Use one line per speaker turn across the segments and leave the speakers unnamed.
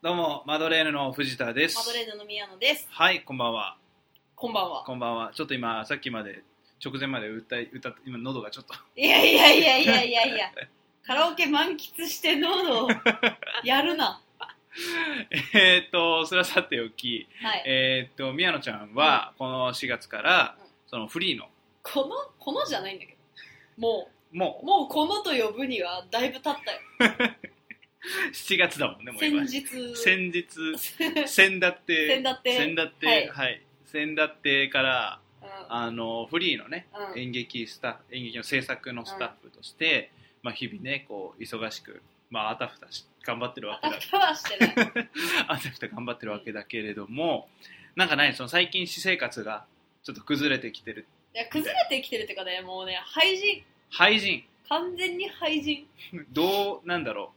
どうも、マドレーヌの藤田です
マ。ドレーヌの宮野です。
はい、こんばんは。
こんばんは。
こんばんは。ちょっと今、さっきまで、直前まで歌い、歌って、今、喉がちょっと。
いやいやいやいやいやいや。カラオケ満喫して喉をやるな。
えーっと、それはさておき、
はい。
えーっと、宮野ちゃんは、この4月から
うん、
そのフリーの、
この、このじゃないんだけど。も
も
う、もうこのと呼ぶにはだいぶ経ったよ。
う、7月 だもんね、もう
先
今。
日。
先日、
先
先だって、
だって。
先だって、
はい
はい。先だってから、
うん
あの、フリーのね、
うん
演劇スタ演劇の制作のスタッフとして、まあ、日々ねこう忙しく、まあ、あたふたし頑張ってるわけ
あ
だ
たはしてない。
あたふた頑張ってるわけだけれどもなんかないその最近私生活がちょっと崩れてきてる
いや、崩れてきてるっていうかね、もうね、廃人。
廃人
完全に廃人。
どうなんだろ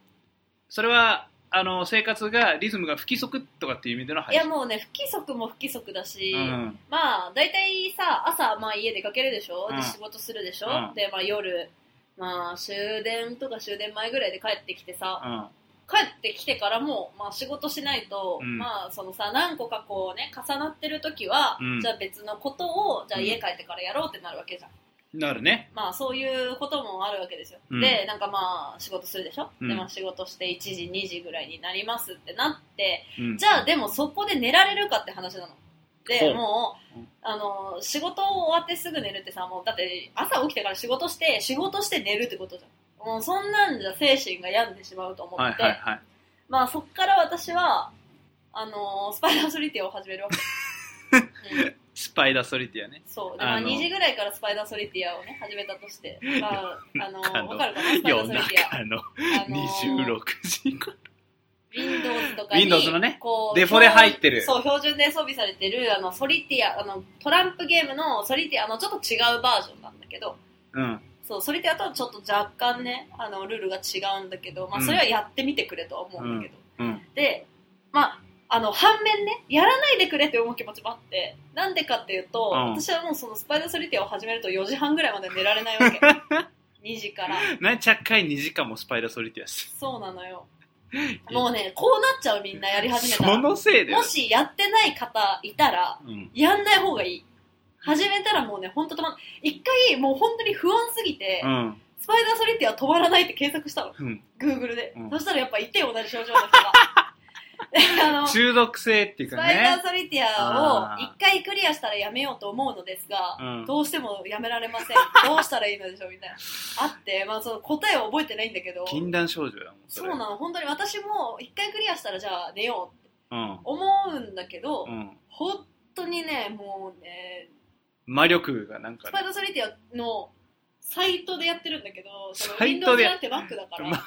うそれはあの生活がリズムが不規則とかっていう意味での
い
廃
や、
人
もうね、不規則も不規則だし、
うん
まあ、大体さ、朝、まあ、家出かけるでしょ、
うん
で仕事するでしょ、
うん
で、まあ、夜、まあ、終電とか終電前ぐらいで帰ってきてさ、
うん
帰ってきてからも、まあ、仕事しないと、
うん
まあ、そのさ、何個かこうね、重なってる時は、
うん
じゃあ別のことを、じゃあ
うん
家帰ってからやろうってなるわけじゃん。
なるね
まあ、そういうこともあるわけですよ。
うん
で、なんかまあ、仕事するでしょ、
うん
で、まあ、仕事して1時、2時ぐらいになりますってなって、
うん
じゃあでもそこで寝られるかって話なの。
ほう
で、もう
うん、
あの、仕事終わってすぐ寝るってさ、もうだって朝起きてから仕事して、仕事して寝るってことじゃん。もうそんなんじゃ精神が病んでしまうと思
はい
って、
はいはい
まあそっから私は、あの、スパイダーソリティを始めるわけ。うん
スパイダーソリティアね
そうでまあ、
あの
2時ぐらいからスパイダーソリティアをね始めたとして、まあ、あの
中の
わかるかなスパイダー
夜
ソリティア、
中の
あの
26時
Windows とかに
Windows のね
こう
デフォで入ってる
そう標準で装備されてるあのソリティアあのトランプゲームのソリティアのちょっと違うバージョンなんだけど
うん
そうソリティアとはちょっと若干ねあのルールが違うんだけど、まあ、
うん
それはやってみてくれとは思うんだけど、
うん
でまああの反面ねやらないでくれって思う気持ちもあってなんでかっていうと、
うん
私はもうそのスパイダーソリティアを始めると4時半ぐらいまで寝られないわけ 2時から
なんちゃっかい2時間もスパイダーソリティアス
そうなの よもうねこうなっちゃうみんなやり始めたら
そのせいで
もしやってない方いたら、
うん
やんない方がいい。始めたらもうね、ほんと止まん一回、もう本当に不安すぎて、
うん
スパイダーソリティは止まらないって検索したの。
うん、
Google で。
うん
そしたらやっぱ一点同じ症状の 人が。であの、ス
中毒性っていうか
パイダ
ね
ーソリティア
あ
を
ー
一回クリアしたらやめようと思うのですが、
うん
どうしてもやめられません。どうしたらいいのでしょうみたいな。あって、まあその答えを覚えてないんだけど、
禁断症状やもん
そうなの、本当に私も一回クリアしたらじゃあ寝ようって
の
思うんだけど、
うん、うん、
本当にね、もうね、
魔力がなんか
スパイダーソリティアのサイトでやってるんだけど、その
サイト
Windows
で
じゃなくて Mac だから。
ま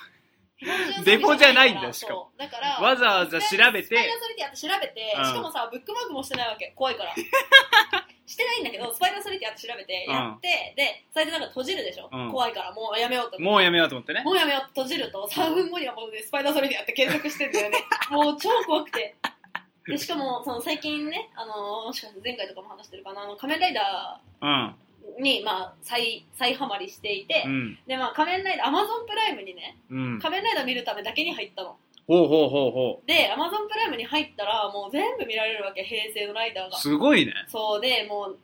標準装備
デフォじゃないんだ
から
しかも
そうだから、
わざわざ調べて
スパイダーソリティアって調べて、
うん
しかもさ、ブックマークもしてないわけ。怖い から。してないんだけど、スパイダーソリティアって調べて、
うん
やって、で、サイトなんか閉じるでしょ、
うん
怖いから、もうやめようと思って
もうやめようと思ってね
もうやめようって閉じると、3分後にはもうね、スパイダーソリティアって検索してん だよね。もう超怖くて。で、しかも、その最近ね、あのーもしかして前回とかも話してるかな、あの、仮面ライダ
うん
ーに、まあ、再、再ハマりしていて、
うん
で、まあ、仮面ライダー、アマゾンプライムにね、
うん
仮面ライダー見るためだけに入ったの。
ほうほうほうほ
で、アマゾンプライムに入ったら、もう全部見られるわけ、平成のライダー
う
が。
すごいね
そうで、もう、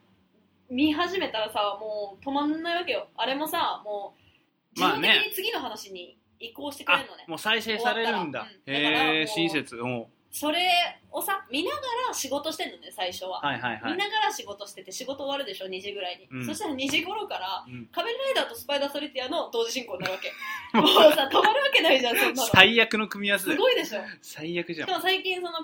見始めたらさ、もう止まんないわけよ。あれもさ、もう、自
まあ
動
ね
的に次の話に移行してくれるのね。
もう再生されるんだ
終わったらうんだから
へ
も
え
う
親切うん
それをさ見ながら仕事してんのね最初は、
はいはいは
見
い
ながら仕事してて仕事終わるでしょ2時ぐらいに、
うん
そしたら2時頃から
うん
仮面ライダーとスパイダーソリティアの同時進行になるわ けもうさ止まるわけないじゃんそんなの
最悪の組み合わせだ
す
よ
ごいでしょ
最悪じ
し
ゃん
かも最近その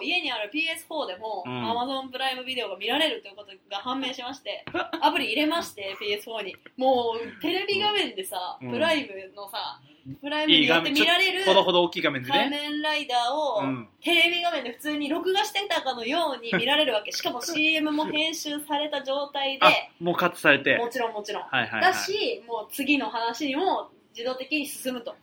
PS4 家にある PS4 でも、
うん
Amazon プライムビデオが見られるということが判明しまして アプリ入れまして PS4 にもうテレビ画面でさ、
うん
プライムのさプライムによって見られる
ほどほど大きい画面で
仮
ね
面ライダーを、
うん
テレビ画面で普通に録画してたかのように見られ るわけ。しかも CM も編集された状態
あ
で、
もうカットされて
もちろんもちろん。
はいはいは
だ
い。
し、もう次の話にも自動的に進むと。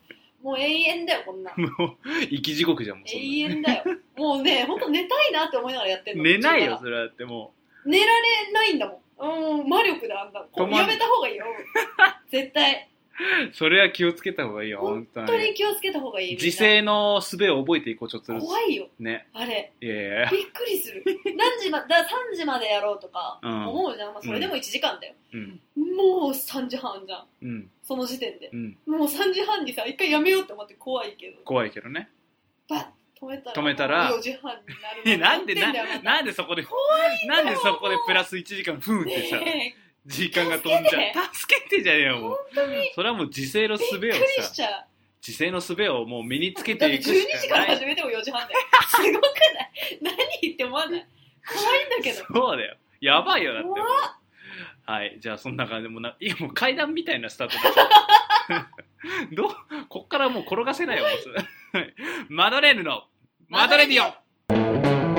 もう永遠だよ、こん な
もう生き地獄じゃんもうそんな
永遠だよ。もうね、ほんと寝たいなって思いながらやってんの。
寝ないよ
だか
それはだっても
ら寝られないんだもん。うん、魔力だ、あんた。こ
止
う
まん
やめた方がいいよ。絶対。
それは気をつけた方がいいよ、本
本
当
本当
に。
に気をつけた方がいいみんな
時勢の術を覚えていこう、ちょっとずつ。
怖いよ
ね。
あれ
いやいやいや
びっくり する何時まだ3時までやろうとか
うん
思うじゃん、まあ、それでも1時間だよ、
うん。
もう3時半じゃん
うん。
その時点で
うん。
もう3時半にさ一回やめようって思って怖いけど
怖いけどね。
バッ止めたら
止めたら
4時半にな
え
る
なんでな、なん
で
でそこで、なんでそこでプラス1時間、ふんって さ、時間が飛んじゃう。助けてじゃねえよ、もう。それはもう時勢の術を
びっくりし
さ、
ちゃう
時勢の術をもう身につけ
だってて
いく
12
し
時か
からない。
始めても4時半だよすごくない何言って思わない怖いんだけど
そうだよ。やばいよ、だって。
怖っ
はい、じゃあそんな感じで、もうな、いやもう階段みたいなスタートだ ったどう、こっからもう転がせないよ、もうそれはいマドレーヌの、マドレディオ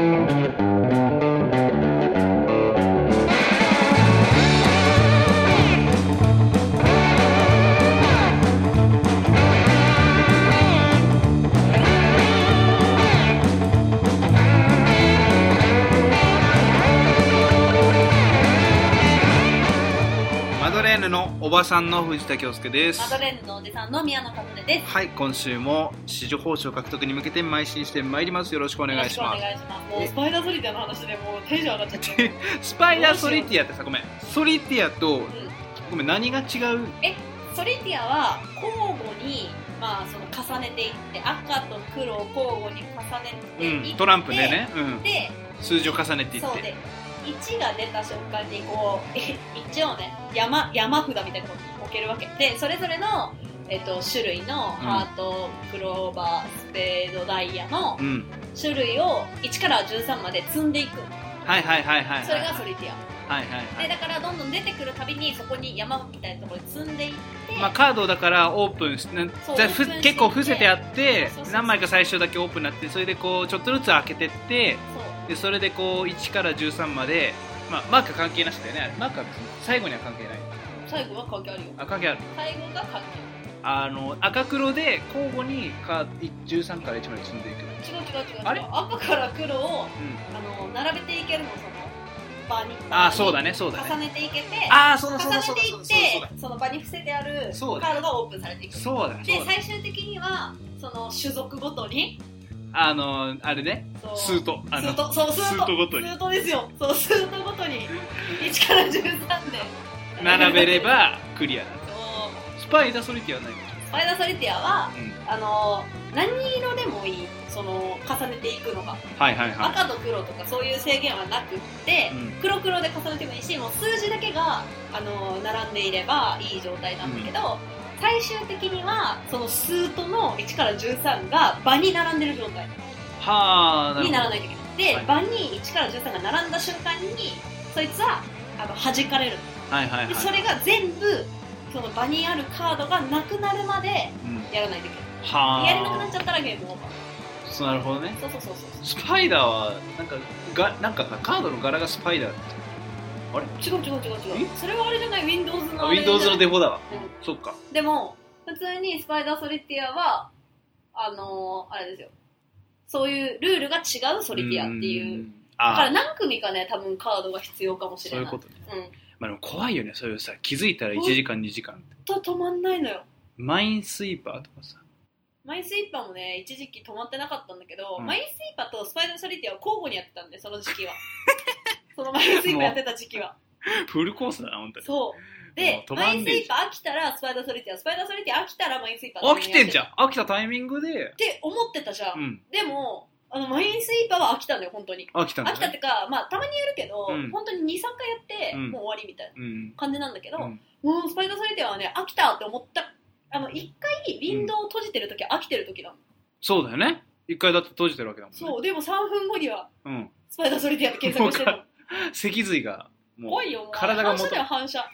マドレーヌのおばさんの藤田恭介です
マドレーヌのおじさんの宮野和音です
はい、今週も市場報酬獲得に向けて邁進してまいります。よろしくお
お
願いします。
願いしますもうスパイダーソリティアの話でもうテンション上がっちゃって る
スパイダーソリティアってさ、ごめん、ソリティアと、ごめん、何が違う
ソリティアは交互にまあその重ねていって赤と黒を交互に重ね
う
ていって、
ん、トランプでね、うん、
で
数字を重ねていっ
そう
て。
で1が出た瞬間にこう え一応ね山山札みたいなとこに置けるわけでそれぞれの、えっと種類のハート、クローバースペードダイヤの
うん、
種類を1から13まで積んでいく
はいはいはいはいはい。
それがソリティ
はいはい
ア
は
で
い。
だからどんどん出てくるたびにそこに山みたいなところに積んでいって、
まあ、カードだからオープンしな
そう
じゃあ
オー
ふ
プンして
結構伏せてあって
そうそうそう
何枚か最初だけオープンになってそれでこうちょっとずつ開けてって
そう
でそれでこう1から13まで、まあ、マーク関係なしだよねマークは最後には関係ない
最後は関係あるよ
あ関係ある
最後が関
あの赤黒で交互にカー13から1まで積んでいく、うん、
係ある違う違う違う違う
あれ
赤から黒をあの並べていけるのその場に
ああそうだねそうだ
重
ね
ねていけて
ああそうだ
重
そうだそうだ
ねて
そ
いうっ
だ
てその場に伏せてあるカ
そうだ
ードがオープンされていくで
そうだそうだ
最終的にはその種族ごとに
あのあれね
そう
スートあ
ス
の
ートそうスート
スートごとに
スートですよそうスートごとに1から13で
並べればクリアだ
そう
スパイダーソリティはないでし
スパイダーソリティアは、
う
あの何色でもいいその重ねていくのが、
ょはいはいはい
赤と黒とかそういう制限はなくって、
うん
黒黒で重ねてもいいしもう数字だけが、あの並んでいればいい状態なんだけど、最終的にはそのスートの1から13が場に並んでる状態
はあなるほ
にな
ど
らないといけないで、
はい
場に1から13が並んだ瞬間にそいつはあの弾かれる
はいはいは
で
い
それが全部その場にあるカードがなくなるまで
うん
やらないといけ
は
な
あ
いやれなくなっちゃったらゲームオーバー
そうなるほどね
そうそうそうそう
スパイダーはなんかがなんかさカードの柄がスパイダー
違う違う違う違うそれはあれじゃない Windows のあれじゃない
Windows のデフォだわ、
う
そっか
でも、普通にスパイダーソリティアは、あのーあれですよ。そういうルールが違うソリティアっていう。
ん
だか
あ
ら
あ
何組かね、多分カードが必要かもし
そ
れ
うい
な
う
い。
ことね、
うん
まあ、でも怖いよねそういうさ気づいたら1時間2時間って
と止まんないのよ。
マインスイーパーとかさ
マインスイーパーもね、一時期止まってなかったんだけど、
うん
マインスイーパーとスパイダーソリティアを交互にやってたんで、その時期 は。そのマインスイーパーやってた時期は。
フルコースだな本当に
そう。
も
で、
う止
マ
ま
イ
ん
ンス
ねえ
イ
じ
ーパー飽きたらスパイダーソリティア、スパイダーソリティア飽きたらマインスイーパー
飽きてんじゃ
んっ
ん飽きたタイミングで
て思ってたじゃ。
うんん
でも、あの、マインスイーパーは飽きたのよ、本当に。
飽きたんだ、
飽
ね、
きたってか、まあ、たまにやるけど、
うん
本当に23回やって、
うん
もう終わりみたいな
うん
感じなんだけど、
うん
もうスパイダーソリティアはね飽きたって思ったあの1回ウィンドウを閉じてる時、飽きてる時だもん
そうだよね一回だって閉じてるわけだもんね
そうでも3分後には
うん
スパイダーソリティアって検索して るの
脊髄がもう
怖いよもう
体が
反
も
射
と
だよ 反射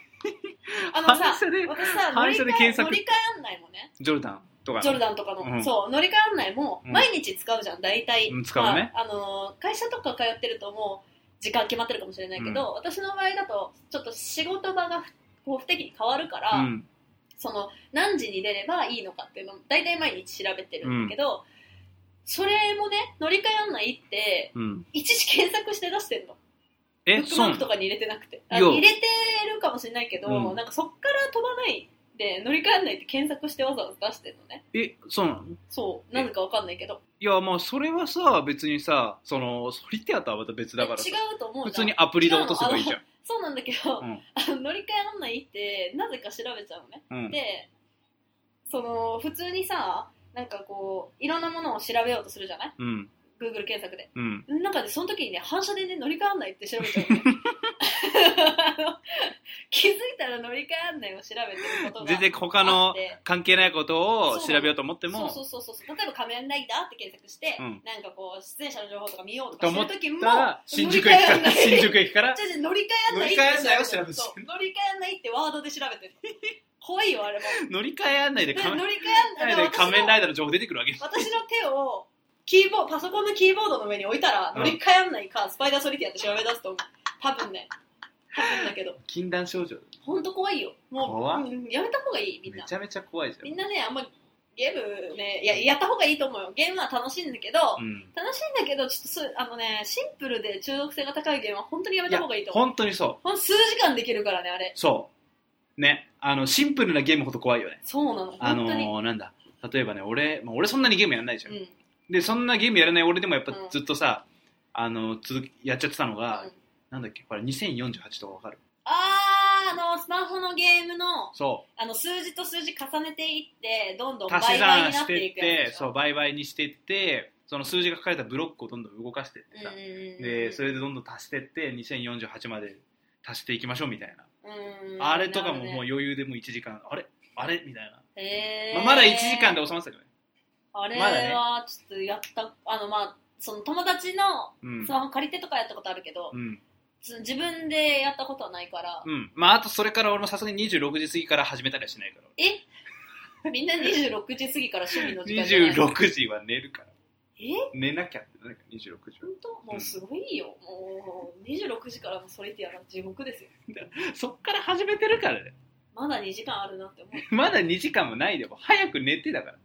あのさ
反射で
私さ乗
反
り換
射で
え
検
乗
索
り換え案内もね
ジョルダンとか
ジョルダンとかの、
うん
そう乗り換え案内も
うん
毎日使うじゃん大体、
うん使うね
まああのー会社とか通ってるともう時間決まってるかもしれないけど、私の場合だとちょっと仕事場がふこう不適に変わるから、
うん
その何時に出ればいいのかっていうのを大体毎日調べてるんだけど、それもね乗り換え案内って
うん
一時検索して出してるのブ
え
ック
そ
マ
う
ー
な
ク
の
とかに入れてなくて
いや
あ入れてるかもしれないけど、
うん
なんかそっから飛ばないで乗り換えないって検索してわざわざ出してるのね
えそうなの
そうなぜかわかんないけど
いやまあそれはさ別にさそのソリティアとはまた別だからさ
え違うと思う
普
じゃ
通
ん
にアプリで落とせばいいじゃん
そうなんだけど、
うん
あの乗り換え案内ってなぜか調べちゃうのね
うん
でその普通にさなんかこういろんなものを調べようとするじゃない
うん
Google 検索で
うん
なんかねその時にね反射でね乗り換え案内って調べちゃ うのねあの気づいたら乗り換え案内を調べてることが
全然他
あっ
の
て
関係ないことを調べようと思っても
そうそうそうそう例えば「仮面ライダー」って検索して、
うん
なんかこう出演者の情報とか見ようとかする時も
だから新宿駅から新宿駅から
違う違う乗り換え案内
乗り
って
換え案内を調べてる
そう乗り換え案内ってワードで調べてる 怖いよあれも
乗り換え案内で
で乗
仮
り換
面
え案内で
仮面
私の
ライダーの情報出てくるわけ
私の手をキーボードパソコンのキーボードの上に置いたら
うん
乗り換え案内かスパイダーソリティアって調べ出すと思う多分ね多分だけど
禁断症状
本当怖いよも
怖
う
い
うんやめた方がいいみん
め
な
ちゃめちゃ怖いじ
みんなねあんまゲームねややった方がいいと思うよゲームは楽しいんだけど、
ゃんうん
楽しいんだけど、ちょっとそうあのね、シンプルで中毒性が高いゲームは本当にやめた方がいいと思う。
本当にそう
ほんと数時間できるからね、あれ。
そうねあのシンプルなゲームほど怖いよね
そうなの、
あ
本
の
当に。
ー、なんだ例えばね俺、まあ、俺そんなにゲームやらないじゃん、
うん
でそんなゲームやらない俺でもやっぱ
うん
ずっとさ、あの続きやっちゃってたのが、
うん
なんだっけこれ2048とかわかる
あー、あの、スマホのゲームの、
そ
あの、数字と数字重ねていって、どんど
うん
倍
足し
々
算
になっ
して
て
っ
いくやつ
て
でし
そう
ょ。
倍々にしてってその数字が書かれたブロックをどんどん動かしてってさ、
うん
でそれでどんどん足してって2048まで足していきましょうみたいな、
うん
あれとかももう
なるほどね
余裕でもう1時間あれあれみたいな、
へー
まあ、まだ1時間で収まってたけどね、
あれ
まだね
はちょっとやった、あの、まあ、その友達の
うん
スマホ借りてとかやったことあるけど、
うん
その自分でやったことはないから、
うん、まああとそれから俺もさすがに26時過ぎから始めたりはしないから
えみんな26時過ぎから趣味の時間じゃないの
26時は寝るから
え
寝なきゃってなんか26時は
本当もうすごいよ、もう26時からのソリティアが地獄ですよ
そっから始めてるからね
まだ2時間あるなって思う
まだ2時間もないでも早く寝てだから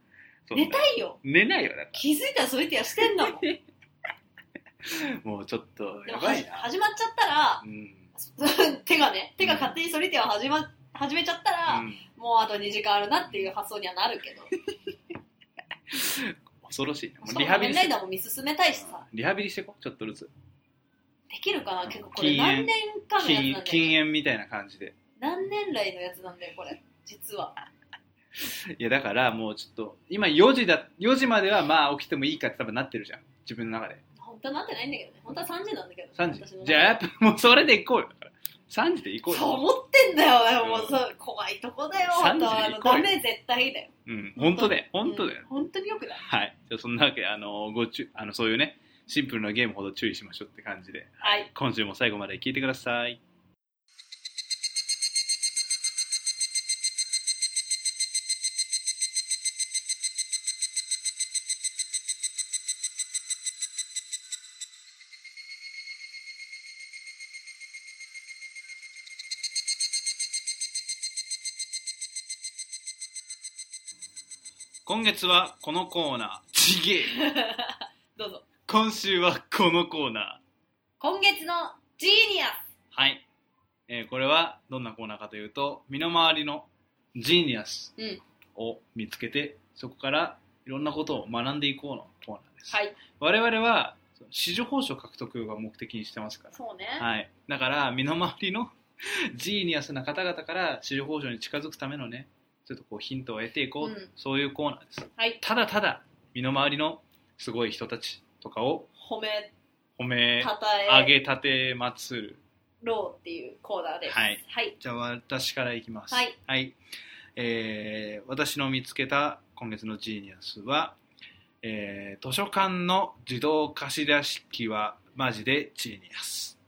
そんな
寝たいよ
寝ないよだか
気づいたらソリティアして んだもんで
らもうちょっと
も
やば
はいじ
な
始まっちゃったら
うん、
そ 手がね手が勝手にソリティアを始,、ま、始めちゃったら、
うん
もうあと2時間あるなっていう発想にはなるけど
恐ろしいなも
そうう
リハビ
仮面
リ
ライ
して
ダーも見進めたいしさ
リハビリしてこうちょっとずつ
できるかな結構こ
禁
れ
煙
何年かのやつなんだ
禁
よ
禁
ね
煙みたいな感じで
何年来のやつなんだよこれ実はい
やだからもうちょっと今4時だ4時まではまあ起きてもいいかって多分なってるじゃん自分の中で
本当はなってないんだけどね本当は3時なんだけど
3時
私の中で
じゃあやっぱもうそれで行こうよだから3時で行こう
そう
よ
思ってんだよ、
うん
もうそう怖いとこだよ
3
本当は
時
あの
に来い
ダメ絶対だよ
うん本当だよ本当だよ、
うん本当によくない
はいじゃあそんなわけであのご注あのそういうねシンプルなゲームほど注意しましょうって感じで
はい
今週も最後まで聞いてください今月はこのコーナーちげえ
どうぞ
今週はこのコーナー
今月のジーニア
はい、えーこれはどんなコーナーかというと身の回りのジーニアス
うん
を見つけて、そこからいろんなことを学んでいこうのコーナーです、
はい
我々は市場報酬獲得が目的にしてますから、
そうね、
はい、だから身の回りの ジーニアスな方々から市場報酬に近づくためのねちょっとこうヒントを得ていこう、
うん
そういうコーナーです
はい
ただただ身の回りのすごい人たちとかを
褒め
褒め
たた
上
え
げたてまつる
ろうっていうコーナーです
はい、
はい、
じゃあ私からいきます。
はい。
えー私の見つけた今月のジーニアスは、えー図書館の自動貸し出し機はマジでジーニアス。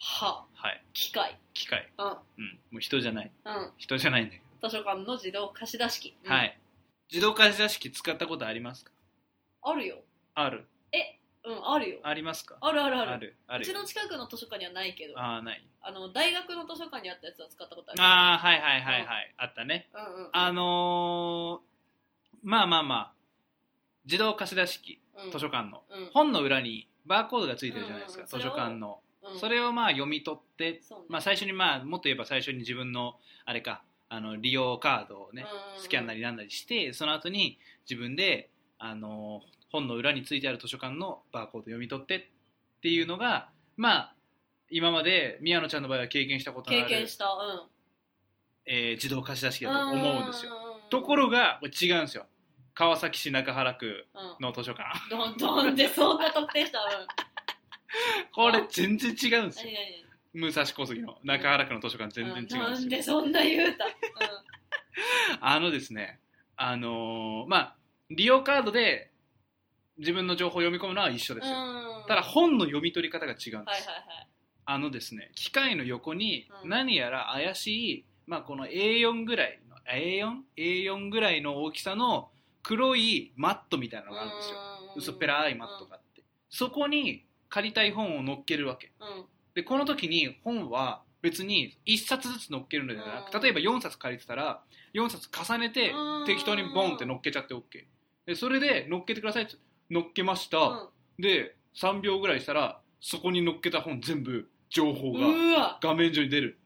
は
はい。
機械
機械。
うん
うん。もう人じゃない。
うん
人じゃないんだけど。
図書館の自動貸し出し機、うん
はい。自動貸し出し機使ったことありますか
あるよ
ある
うんあるよ
ありますか
あるあるあ
あ
る
るあ
う
る
ちの近くの図書館にはないけど
あ
あ
あ、ない。
の大学の図書館にあったやつは使ったことある
ああ、はいはいはいはい。あったね。
うんうん
あのーまあまあまあ、自動貸し出し機、
うん
図書館の。
うん
本の裏にバーコードがついてるじゃないですか、
うんうんう
図
ん
書館の、
うん
それをまあ読み取って、
そうね
まあ、最初にまあもっと言えば最初に自分のあれかあの利用カードをね
うん
スキャンなりなんなりしてその後に自分であの本の裏についてある図書館のバーコード読み取ってっていうのがまあ今まで宮野ちゃんの場合は経験したことのあ
経
る
験したうん
えー自動貸し出しだと思うんですよ
うんうんうん
ところがこれ違うんですよ川崎市中原区
うん
の図書館
どんどんでそんな特定したうん
これ全然違うんですよ
何何
武蔵小杉の中原区の図書館全然違うんですよ、
うんなんでそんな言うた、う
あのですね、あのーまあ、利用カードで自分の情報を読み込むのは一緒です
ん
よ。
うん、
ただ
はい
本の読み取り方が違うんです、
はいはい
あのですね機械の横に
うん
何やら怪しい、まあ、この A4 ぐらいの A4?A4 ぐらいの大きさの黒いマットみたいなのがあるんですよ
うんうんうん
薄っぺらいマットがあってそこに借りたい本を乗っけるわけ
うん
でこの時に本は別に1冊ずつ乗っけるのではなく、
うん
例えば4冊借りてたら4冊重ねて
うん
適当にボンって乗っけちゃって OK でそれで乗っけてくださいって乗っけました、
うん
で3秒ぐらいしたらそこに乗っけた本全部情報
う
が
ーわ
画面上に出る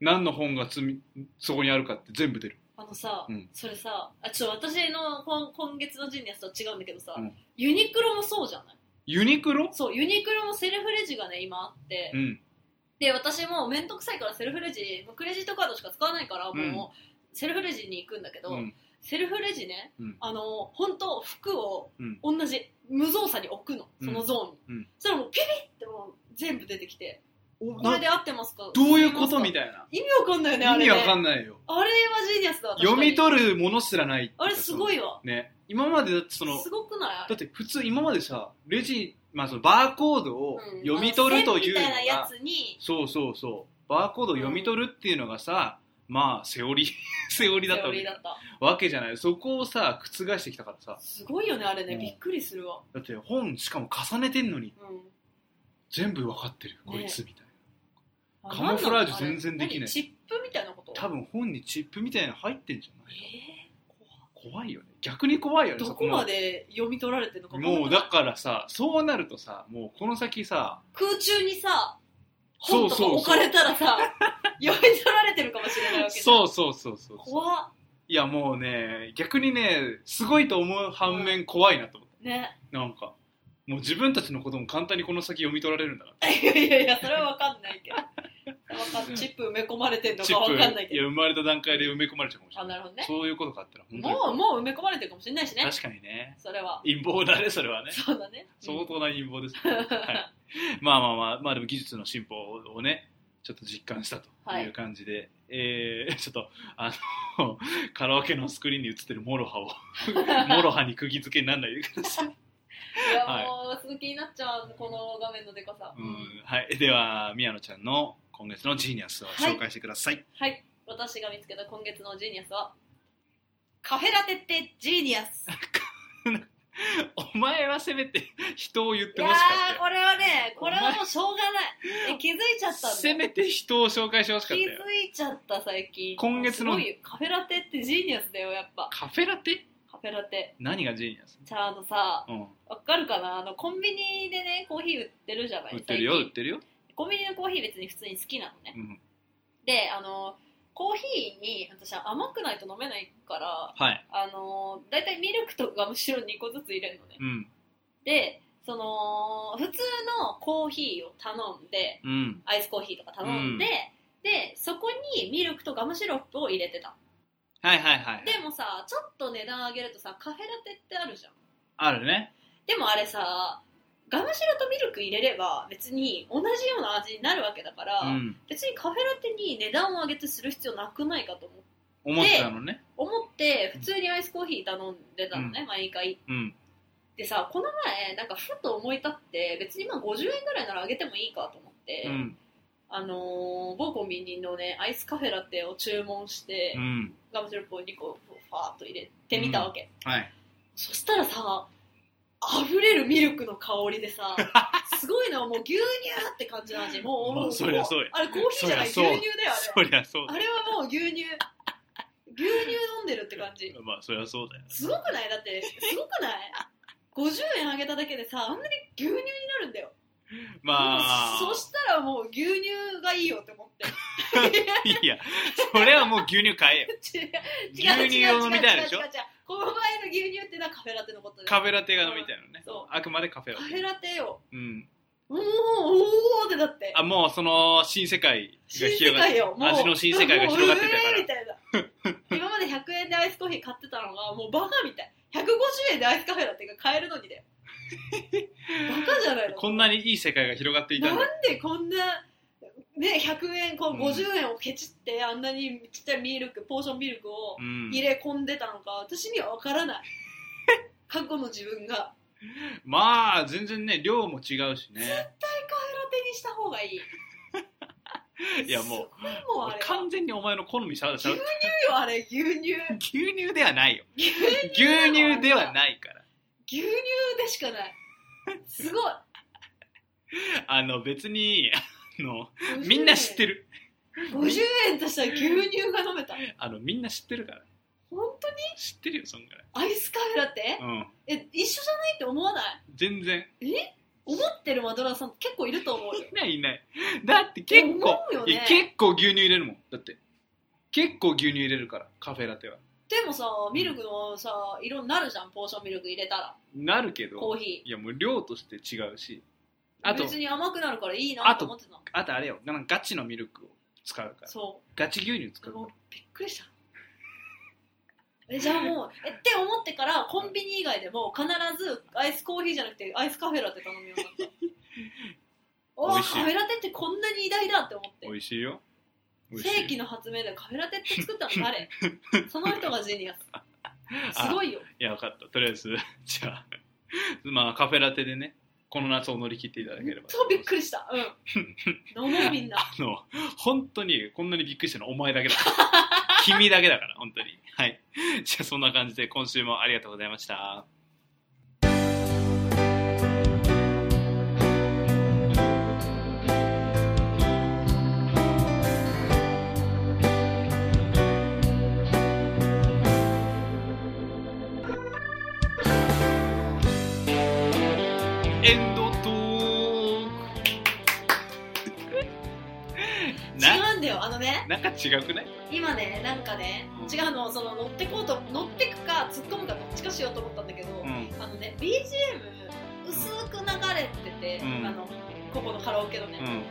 何の本が積みそこにあるかって全部出る
あのさ、
うん
それさあちょっと私の今今月のジンのやつとは違うんだけどさ、
うん
ユニクロもそうじゃない
ユニクロ
そうユニクロもセルフレジがね今あって、
うん
で私も面倒くさいからセルフレジもうクレジットカードしか使わないからもう、
うん
セルフレジに行くんだけど、
うん
セルフレジね、
うん
あの本当服を
うん
同じ無造作に置くの
うん
そのゾーン
う
に、
ん
それもうピリってもう全部出てきて
お
こ
な
れで合ってますか
どういうことみ
たい
たいな
意味わかんないよねあ
意
れ
味
ね
わかんないよ
あれはジーニアスだ
読み
る
取るものすらない
あれすご
い
いわ
ね今までだってその
すごくないあ
だ
れ
って普通今までさレジ、まあ、そのバーコードを
うん
読み取るというの
あの線みたいな
が、
やつに
そうそうそうバーコードを読み取るっていうのがさ、まあセオリー セオリーだった
セ
わ
オリー
け
だった
わけじゃないそこをさ覆してきたからさ
すごいよねあれね、
うん
びっくりするわ、
だって本しかも重ねてんのに
うん
全部わかってるこ
ね
いつみたいな、
あ
カモフラージュ全然できない
何チップみたいなこと
多分本にチップみたいなの入ってんじゃない
え
怖いよね逆に怖いよ
ー
ね
どこま
で
で読み取られてるのかわかんない
もうだからさそうなるとさもうこの先さ
空中にさ
そ
本
う
と
そうそ
か
う
置かれたらさ 読み取られてるかもしれないわけじゃん
そうそうそうそうそう
怖っ
いやもうね逆にねすごいと思う反面怖いなと思っ
ね
たなんかもう自分たちのことも簡単にこの先読み取られるんだない
やいやいやそれはわかんないけどわかんチップ埋め込まれてるの
チ
か
ッ
わ
プ
かんないけ
や
ど
生まれた段階で埋め込まれちゃうかもしれ
あ
ない
なるほどね
そういうことがあったら本当に
もうもう埋め込まれてるかもしれないしね
確かにね
それは
陰謀だねそれはね
そうだね
相当な陰謀です、 ねはい、まあまあまあまあでも技術の進歩をねちょっと実感したと
はい
いう感じで、えーち ょっとあの カラオケのスクリーンに映ってるモロ ハをモロハに釘付けにならないでください
いや
はい
もうすぐ気になっちゃうこの画面のでかさ
うんはい、では宮野ちゃんの今月のジーニアスを紹介してください、
はい私が見つけた今月のジーニアスはカフェラテってジーニア ス
お前はせめて人を言っ
い
て
や
ほ
ー
しか
これはねこれはもうしょうが ないえ気づいちゃっ
った
た
よ
んだ
せめて人を紹介してほしか
気
っ
づ
たよ
いちゃった最近
今月の
すごいよカフェラテってジーニアスだよやっぱ
カフェラテ
カフェラテ
何がジーニアス、
じゃああのさ
うん、
わかるかなあのコンビニでねコーヒー売ってるじゃない
売ってるよ売
最
っ
近
てるよ、
コンビニのコーヒー別に普通に好きなのね
うん、
であのコーヒーに私は甘くないと飲めないから
はい、
あの大体ミルクとかむしろ2個ずつ入れるのね
うん
でその普通のコーヒーを頼んで
うん
アイスコーヒーとか頼んで、
う
でそこにミルクとガムシロップを入れてた
はいはいはい
でもさちょっと値段上げるとさカフェラテってあるじゃん
あるね
でもあれさガムシロとミルク入れれば別に同じような味になるわけだから、
うん
別にカフェラテに値段を上げてする必要なくないかと思
思ってたのね
思って普通にアイスコーヒー頼んでたのね、毎回
うん
でさこの前なんかふと思い立って別にまあ50円ぐらいなら上げてもいいかと思って、
うん
あのー某コンビニのねアイスカフェラテを注文して、
うん
ガムシロップを2個ファーっと入れてみたわけ、
はい
そしたらさ溢れるミルクの香りで さすごいのはもう牛乳って感じの味もう,もう、
まあそりゃそうや
あれコーヒーじゃない牛
そ
乳
り
だ
ゃ
よ
そう
あ
そりゃそうだ
れはあれはもう牛乳牛乳飲んでるって感じ
まあそりゃそうだよ
すごくないだってすごくない50円あげただけでさあんなに牛乳になるんだよ
まあ
そしたらもう牛乳がいいよって思って。
いやそれはもう牛乳買えよ
違う
牛
違う違う
乳を
違う違う違う
飲みたいでしょ
違う違うこの前の牛乳ってのはカフェラテのことです。
カフェラテが飲みたいのね
そう
あくまでカフェラ
カ
テ
フェラテよ。
うん
おーおーおーってだって。
あもうその新世界が
新世
広がっ
界
て
よ。もう
味の新世界が広がってたから
もううえーみたい な。今まで100円でアイスコーヒー買ってたのが、もうバカみたい。150円でアイスカフェラテが買えるのにだ よ。バカじゃないの
こんなにいい世界が広がっていた
なんん
だ
でこんな、ね、100円、こう
うん
50円をケチって、あんなにちっちゃいミルク、ポーションミルクを
うん
入れ込んでたのか、私には分か らない。過去の自分が。
まあ全然ね量も違うしね
カフェラテにした方がいい。
いやも
すごいもうあれ。
完全にお前の好みさ
牛乳よ、あれ、牛乳。
牛乳ではないよ
牛
牛
乳なの
乳ではないから
牛乳でしかない。すごい。
あの別にあの みんな知って
る。
る
50円としたら牛乳が飲めた。
あのみんな知ってるから
本当に
知ってるよそんぐらい
アイスカフェラテ
うん
え、一緒じゃないって思わない
全然
思ってるマドラーさん結構いると思うよ。
いないいないだって結構
思うよ、ね
いや結構牛乳入れるもんだって結構牛乳入れるからカフェラテは
でもさ、ミルクのさ、色になるじゃん、ポーションミルク入れたら。
なるけ
コー
ど
ヒ
いやもう量として違うし
ー。
あと
別に甘くなるからいいなと思ってた。
あとあれよなんかガチのミルクを使うから
そ
ガチ牛乳使
う。
うか
も
ら
うびっくりした。え、じゃあもう、え、って思ってから、コンビニ以外でも必ずアイスコーヒーじゃなくてアイスカフェラテ頼む ようになった。お
美
ー
味しい
カフェラテってこんなに偉大だって思って
美。味しいよ美味し
世
い
紀の発明でカフェラテって作ったの誰 その人がジーニアス。すごいよ。
いや分かったとりあえず じゃあまあカフェラテでねこの夏を乗り切っていただければ
そうびっくりした。うん。飲もうみんな。
あの本当にこんなにびっくりしたのはお前だけだから君だけだから本当にはいじゃあそんな感じで今週もありがとうございましたエンドトーク な
違うんだよ。あのね。
なんか違くない
今ねなんかね、
うん
違うのその乗ってこうと乗ってくか突っ込むかどっちかしようと思ったんだけど、
うん
あのね BGM 薄く流れてて、
うん
あのここのカラオケのね、
うん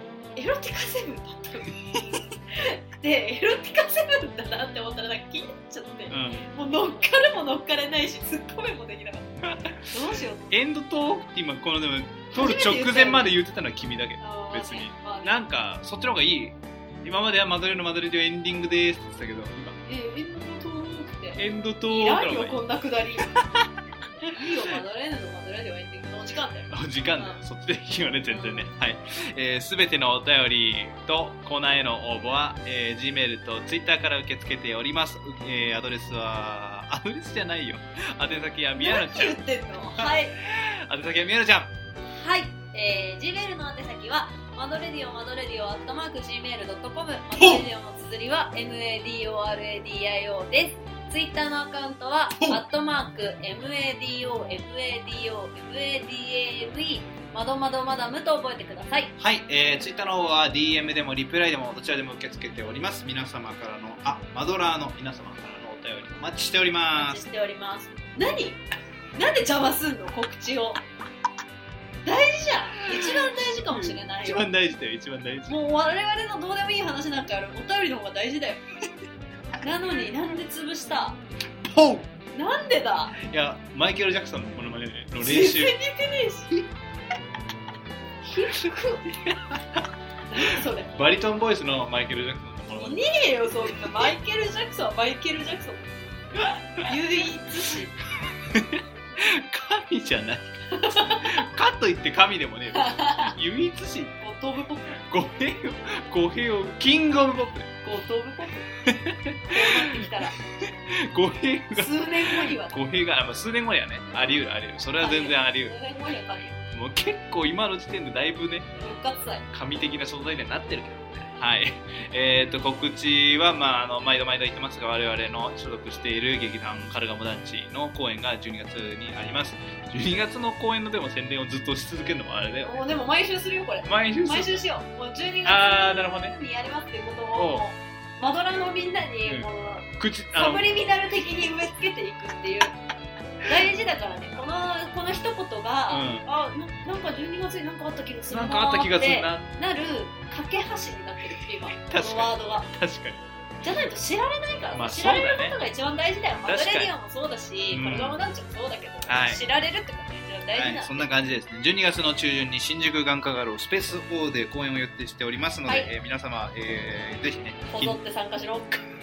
エロティカセブンだったの でエロティカセブンだなって思ったらなんか気になっちゃって、
うん
もう乗っかるも乗っかれないし突っ込めもできなかったどうしようと思って
エンドトークって今このでも撮る直前まで言ってたのは君だけ
あー
別に
まあね
なんかそっちの方がいい今まではマドレーヌマドレーヌエンディングでーすって言ってた
ええ遠く
け
て
ど今エンドト
い
ー
ら
ク
ん
の
よ
方
こ
が
んなくだりいいよマドレーヌのマドレーヌはエンディングのお時 間だよ
いい時間だ、
うん
そっちでいいよね全然ね、はい、えー、全てのお便りとコーナーへの応募は、えー、Gmail と Twitter から受け付けております、えー、アドレスはアドレスじゃないよ宛先はみやのちゃ
何言ってんのはい。
ん宛先はみやのちゃん
はい。えー、Gmail の宛先は、マドレディオマドレディオアットマーク Gmail.com マドレディオの綴りは MADORADIO です。ツイッターのアカウントは、
ほう
アットマーク MADO、MADO、MADAME、まどまどマダムと覚えてください。
はい、えー、ツイッターの方は DM でもリプライでもどちらでも受け付けております皆様からのあマドラーの皆様からのお便りお待ちしており
お
ま
待ち
す
しております。何なんで邪魔すんの告知を。大事じゃん。一番大事かもしれない
一
よ。
番大事だよ一番大事
もう我々のどうでもいい話なんかよりお便りの方が 大事だよなのになんで潰した
ポン
なんでだ
いやマイケル・ジャクソンのこの真似の練
全
習
然似てねえし低く 何それ
バリトンボイスのマイケル・ジャクソンのものま
い
ね
ねえよそんなマイケル・ジャクソンはマイケル・ジャクソン唯一し
神じゃ ないかといって神でもねえよ唯一し
ゴトブポップ
語弊を語弊をキング・オブ・ポップ
ゴトブポップこうなってきた ら
語弊が
数年後には
語弊があまあ数年後にはねあり得るあり得るそれは全然あり得
数年後にはかり
るもう結構今の時点でだいぶね
復活祭
神的な存在にはなってるけどねはい。 えっ、と、告知は、まあ、あの、毎度毎度言ってますが、我々の所属している劇団カルガモ団地の公演が12月にあります。12月の公演のでも宣伝をずっとし続けるのもあれだよね。
もうでも毎週するよこれ
毎週
毎週しようもう12
あーなるほどね
月にやりますっていうことをもうマドラーのみんなに
うん
この
口、
サ
あの
ブ、リミナル的に植え付けていくっていう大事だからねこのこの一言が、あななんか12月になんかあった気がする
な
なん
かあった気がするな。
ってなる架け橋になってる今
確
こ
かに
のワードが
確かに。
じゃないと知られないから、
まあ
知られ
そう
る
だよね
ことが一番大事だよマドレ
確かに
ディオもそうだし
うん
カルガモ団地もそうだけど、
はい
知られるってことが一番大事
は
なんで
い、そんな感じですね。12月の中旬に新宿眼科ガロスペース O で公演を予定しておりますので、
はい
えー皆様、えーぜひね、
こぞって参加し ろ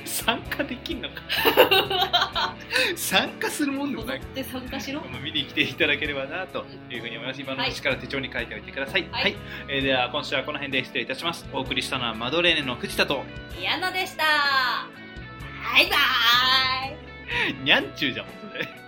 参加できんのか 参加するもんで
こ
も
ぞ
な
っ
い。
て参加しろ
まあ見に来ていただければなというふうに思います。今のうちから手帳に書いておいてください。は、
はいい
えーでは今週はこの辺で失礼いたします。お送りしたのはマドレーネの藤田と、
嫌なでしたバイバーイ
にゃんちゅうじゃん、それ。